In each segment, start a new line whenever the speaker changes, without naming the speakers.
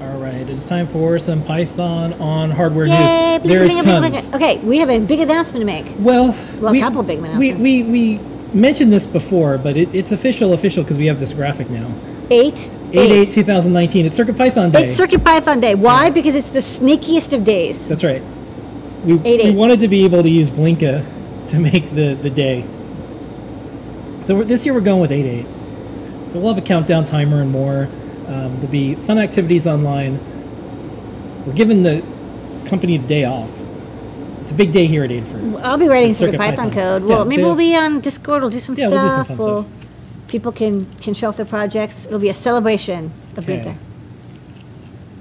It is time for some Python on hardware
Yay!
news. There is
bling, bling, bling,
tons.
bling. Okay, we have a big announcement to make.
Well,
Well, a
we,
couple big
we,
announcements.
we, we mentioned this before, but it, it's official, official, because we have this graphic now.
Eight.
8 8 2019. It's CircuitPython Day.
It's Circuit Python Day. Why? Because it's the sneakiest of days.
That's right. We,
Eight,
we
eight.
wanted to be able to use Blinka to make the, the day. So we're, this year we're going with 8 8. So we'll have a countdown timer and more. Um, there'll be fun activities online. We're giving the company the day off. It's a big day here at Adafruit.
I'll be writing
Circuit
Circuit Python
Python. Yeah,
code. Well, maybe
they-
we'll be on Discord. We'll do some
Yeah, we'll do some
stuff.
fun
people can can show off their projects. It'll be a celebration of
Okay.
Blinka.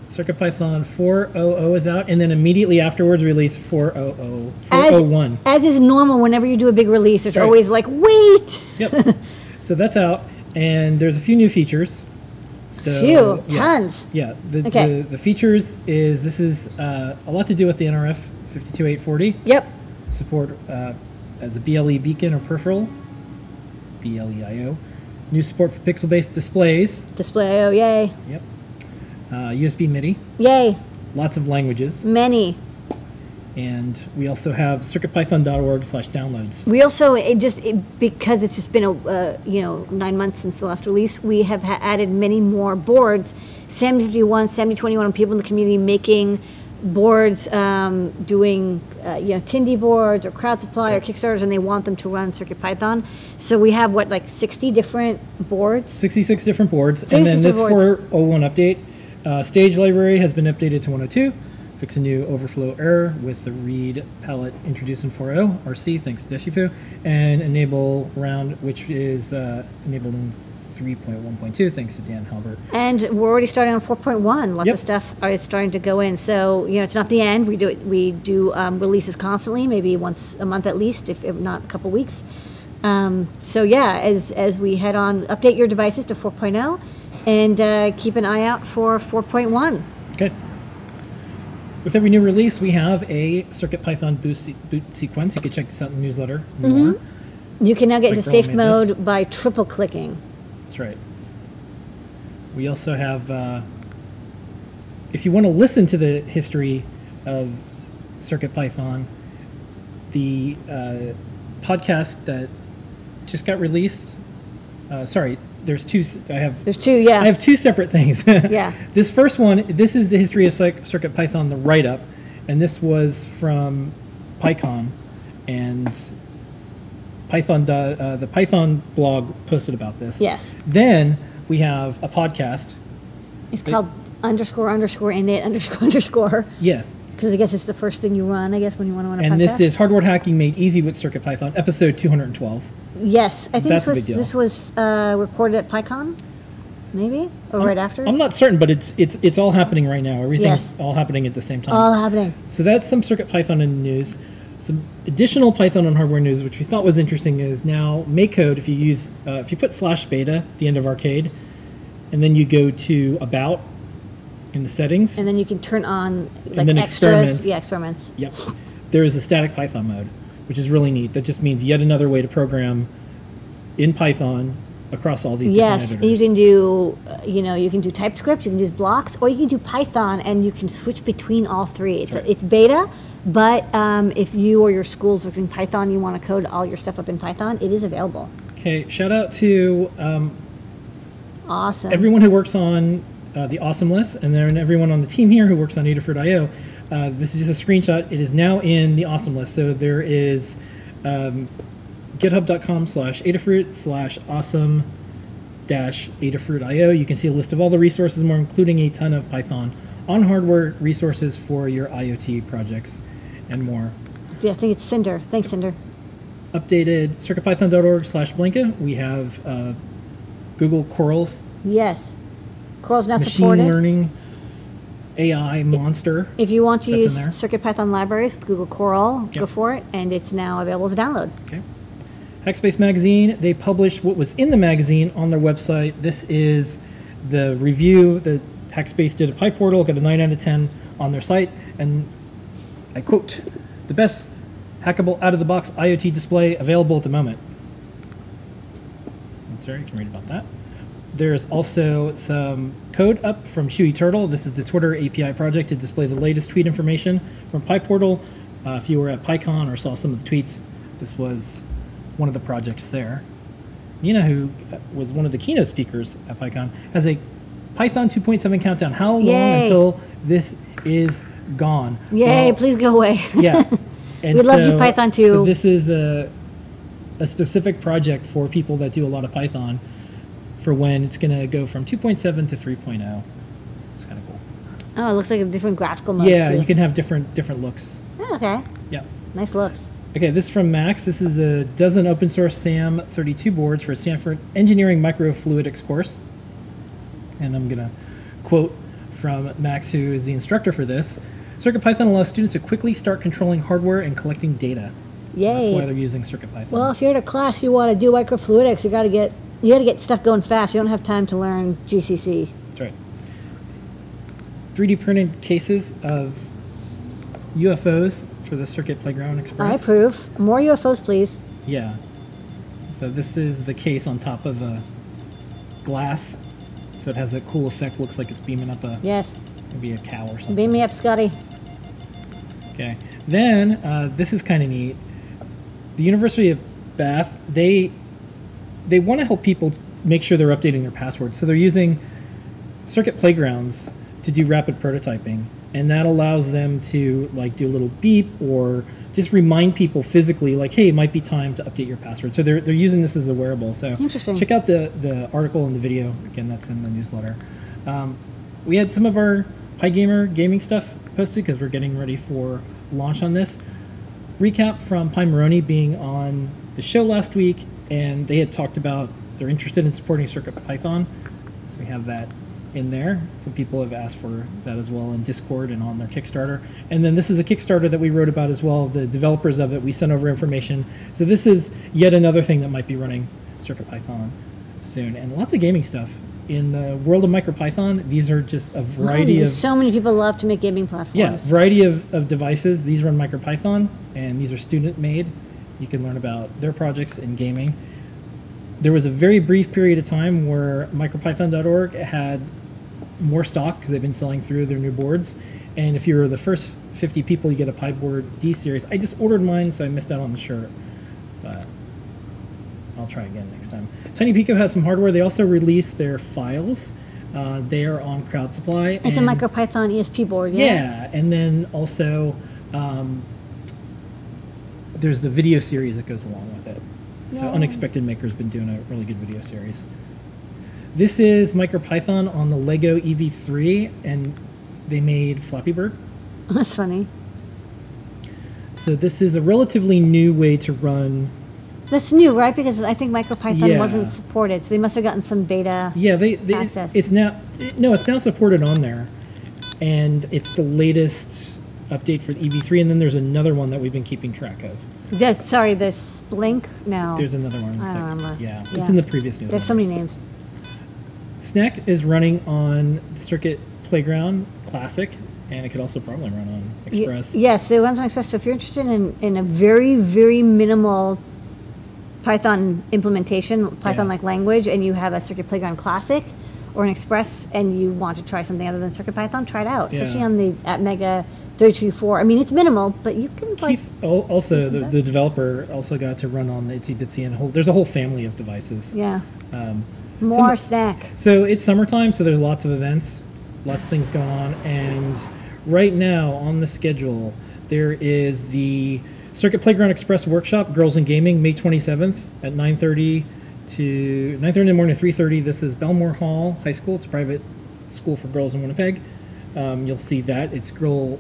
CircuitPython 4.0.0 is out, and then immediately afterwards release 4.0.0,
As,
4.0.1.
as is normal, whenever you do a big release, it's
That's right.
always like, wait,
Yep. so that's out, and there's a few new features. So,
phew,
yeah.
tons.
Yeah, the,
Okay.
the, the features is this is uh, a lot to do with the NRF 52840
Yep.
support uh, as a BLE beacon or peripheral, BLEIO, new support for pixel-based displays.
Display. Oh, yay,
Yep. Uh, USB MIDI,
yay,
lots of languages,
many.
and we also have circuitpython.org/downloads.
We also it just it, because it's just been a uh, you know nine months since the last release, we have ha- added many more boards. Seventy fifty one, seventy twenty one, and people in the community making boards, um, doing uh, you know Tindy boards or Crowd Supply or Kickstarters, and they want them to run Circuit Python. So we have what like sixty different boards.
66 different boards,
66
and then this
different
401 update uh, stage library has been updated to 102. Fix a new overflow error with the read palette introduced in 4.0 RC, thanks to Deshipu, and enable round, which is uh, enabled in 3.1.2, thanks to Dan Halbert.
And we're already starting on 4.1. Lots
Yep.
of stuff is starting to go in. So you know, it's not the end. We do it. We do um, releases constantly, maybe once a month at least, if, if not a couple weeks. Um, so yeah, as as we head on, update your devices to 4.0, and uh, keep an eye out for 4.1.
Okay. With every new release, we have a CircuitPython boot, se- boot sequence. You can check this out in the newsletter. More.
You can now get
Like
into
Bill
safe
made this.
mode by triple clicking.
That's right. We also have, uh, if you want to listen to the history of CircuitPython, the uh, podcast that just got released. Uh, sorry, there's two. s- I have.
There's two. Yeah.
I have two separate things.
Yeah.
This first one, this is the history of Circuit CircuitPython, the write-up, and this was from PyCon, and Python, do- uh, the Python blog posted about this.
yes.
Then we have a podcast.
It's called underscore underscore init underscore underscore
Yeah.
because I guess it's the first thing you run. I guess when you want to run a podcast.
And this is Hardware Hacking Made Easy with CircuitPython, episode 212.
Yes, I think
That's
this
a big
was
deal.
this was uh, recorded at PyCon, maybe or right after.
I'm not certain, but it's it's it's all happening right now. Everything's
Yes.
all happening at the same time.
All happening.
So that's some CircuitPython in the news. Some additional Python on hardware news, which we thought was interesting, is now MakeCode. If you use, uh, if you put slash beta at the end of arcade, and then you go to about in the settings,
And then you can turn on like
then experiments.
extras. Yeah, experiments.
Yep. There is a static Python mode, which is really neat. That just means yet another way to program in Python across all these
Yes,
different editors.
you can do uh, you know you can do TypeScript, you can do blocks, or you can do Python, and you can switch between all three. It's it's beta, but um, if you or your schools are in Python, you want to code all your stuff up in Python, it is available.
Okay, shout out to um,
Awesome.
everyone who works on uh, the Awesome List, and then everyone on the team here who works on Adafruit.io. Uh, this is just a screenshot. It is now in the Awesome List. So there is um, github.com slash Adafruit slash awesome dash Adafruit.io. You can see a list of all the resources, more including a ton of Python on hardware resources for your IoT projects and more.
yeah, I think it's Cinder. Thanks, Cinder.
Updated circuitpython.org slash Blinka. We have uh, Google Corals,
Yes, Coral's now
machine
supported.
learning, AI monster.
If you want to
That's in
use
there.
CircuitPython libraries with Google Coral, go
Yep.
for it, and it's now available to download.
Okay. Hackspace Magazine, they published what was in the magazine on their website. This is the review that Hackspace did at PyPortal, got a 9 out of 10 on their site. And I quote, the best hackable out of the box IoT display available at the moment. Sarah, you can read about that. There's also some code up from Chewy Turtle. This is the Twitter API project to display the latest tweet information from PyPortal. Uh, if you were at PyCon or saw some of the tweets, this was one of the projects there. Nina, who uh, was one of the keynote speakers at PyCon, has a Python 2.7 countdown. How long
Yay.
until this is gone?
Yay,
Well,
please go away.
yeah. And
We loved you, Python,
So
too.
this is a, a specific project for people that do a lot of Python for when it's going to go from 2.7 to 3.0. It's kind of cool.
Oh, it looks like a different graphical mode.
yeah,
too.
you can have different different looks.
Oh, okay.
Yeah.
Nice looks.
Okay, this is from Max. This is a dozen open source SAM 32 boards for Stanford Engineering Microfluidics course. And I'm going to quote from Max, who is the instructor for this. CircuitPython allows students to quickly start controlling hardware and collecting data. That's why they're
Yay.
using CircuitPython.
Well, if you're at a class you want to do microfluidics, you got to get you got to get stuff going fast. You don't have time to learn GCC.
That's right. 3D printed cases of UFOs for the Circuit Playground
I
Express.
approve. More UFOs, please.
Yeah. So this is the case on top of a glass. So it has a cool effect. Looks like it's beaming up a
Yes.
maybe a cow or something.
Beam me up, Scotty.
Okay. Then uh, this is kind of neat. The University of Bath they they want to help people make sure they're updating their passwords. So they're using Circuit Playgrounds to do rapid prototyping, and that allows them to like do a little beep or just remind people physically, like, "Hey, it might be time to update your password." So they're they're using this as a wearable. So
Interesting.
check out the the article and the video again. That's in the newsletter. Um, we had some of our PyGamer gaming stuff posted because we're getting ready for launch on this recap from Pi Moroni being on the show last week, and they had talked about they're interested in supporting CircuitPython. So we have that in there. Some people have asked for that as well in Discord and on their Kickstarter. And then this is a Kickstarter that we wrote about as well. The developers of it, we sent over information. So this is yet another thing that might be running CircuitPython soon. And lots of gaming stuff. In the world of MicroPython, these are just a variety of
So many people love to make gaming
yeah,
platforms.
variety of, of devices. These run MicroPython, and these are student made. You can learn about their projects in gaming. There was a very brief period of time where MicroPython.org had more stock because they've been selling through their new boards. And if you're the first 50 people, you get a PyBoard D series. I just ordered mine, so I missed out on the shirt. But I'll try again next time. Tiny Pico has some hardware. They also released their files. Uh, they are on Crowd Supply.
It's a
and-
MicroPython ESP board.
yeah.
Yeah.
and then also um, there's the video series that goes along with it. So
Yeah.
Unexpected Maker's been doing a really good video series. This is MicroPython on the Lego EV3, and they made Flappy Bird.
That's funny.
So this is a relatively new way to run.
That's new, right? Because I think MicroPython
Yeah.
wasn't supported, so they must have gotten some beta.
Yeah, they, they
Access.
it's now no, it's now supported on there, and it's the latest update for the EV3. And then there's another one that we've been keeping track of.
Yeah, sorry, the Splink. No,
There's another one.
Oh. I
It's
don't
like-
remember.
Yeah,
Yeah.
it's in the previous news.
there's so many names.
Snack is running on Circuit Playground Classic, and it could also probably run on
Y-
Express.
Yes, it runs on Express. So if you're interested in, in a very, very minimal Python implementation, Python like language, and you have a Circuit Playground Classic or an Express, and you want to try something other than Circuit Python, try it out, especially
Yeah.
on the at Mega 324. I mean, it's minimal, but you can like.
Keith, al- also
Isn't
the,
that-
the developer also got to run on the Itsy Bitsy and a whole. There's a whole family of devices.
Yeah.
Um,
More snack.
So it's summertime, so there's lots of events, lots of things going on, and right now on the schedule there is the Circuit Playground Express Workshop Girls in Gaming May 27th at 9:30 to 9:30 in the morning to 3:30. This is Belmore Hall High School. It's a private school for girls in Winnipeg. Um, you'll see that it's girl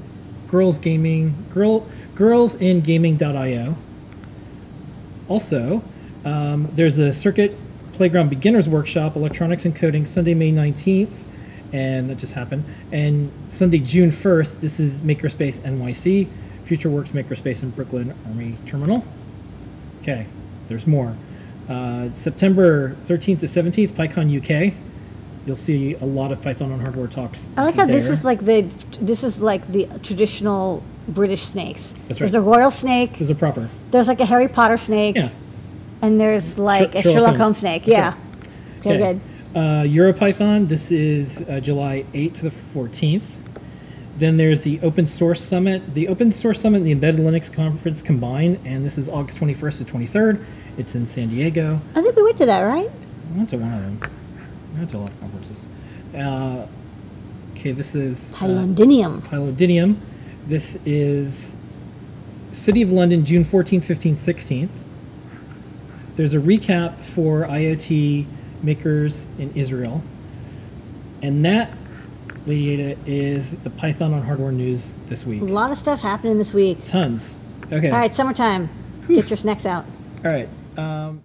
girls gaming girl girls in gaming.io. Also, um, there's a Circuit Playground Beginners Workshop, Electronics and Coding, Sunday, May 19th, and that just happened. And Sunday, June 1st, this is Makerspace NYC, Future Works Makerspace in Brooklyn Army Terminal. Okay, there's more. Uh, September 13th to 17th, PyCon UK. You'll see a lot of Python on hardware talks.
I like how this
there.
is like the this is like the traditional British snakes.
That's
There's
right.
a royal snake.
There's a proper.
There's like a Harry Potter snake.
Yeah.
And there's like a
Sherlock
Sherlock
Holmes.
Holmes snake.
That's
yeah.
right.
Okay,
Okay.
good.
Uh, EuroPython, this is uh, July 8th to the 14th. Then there's the Open Source Summit. The Open Source Summit and the Embedded Linux Conference combine, and this is August 21st to 23rd. It's in San Diego.
I think we went to that, right?
I went to one of them. I went to a lot of conferences. Uh, okay, this is uh,
Pylondinium.
Pylodinium. This is City of London, June 14th, 15th, 16th. There's a recap for IoT makers in Israel. And that, Lady Ada, is the Python on Hardware news this week.
A lot of stuff happening this week.
Tons. Okay.
All right, summertime. Get your snacks out.
All right. Um,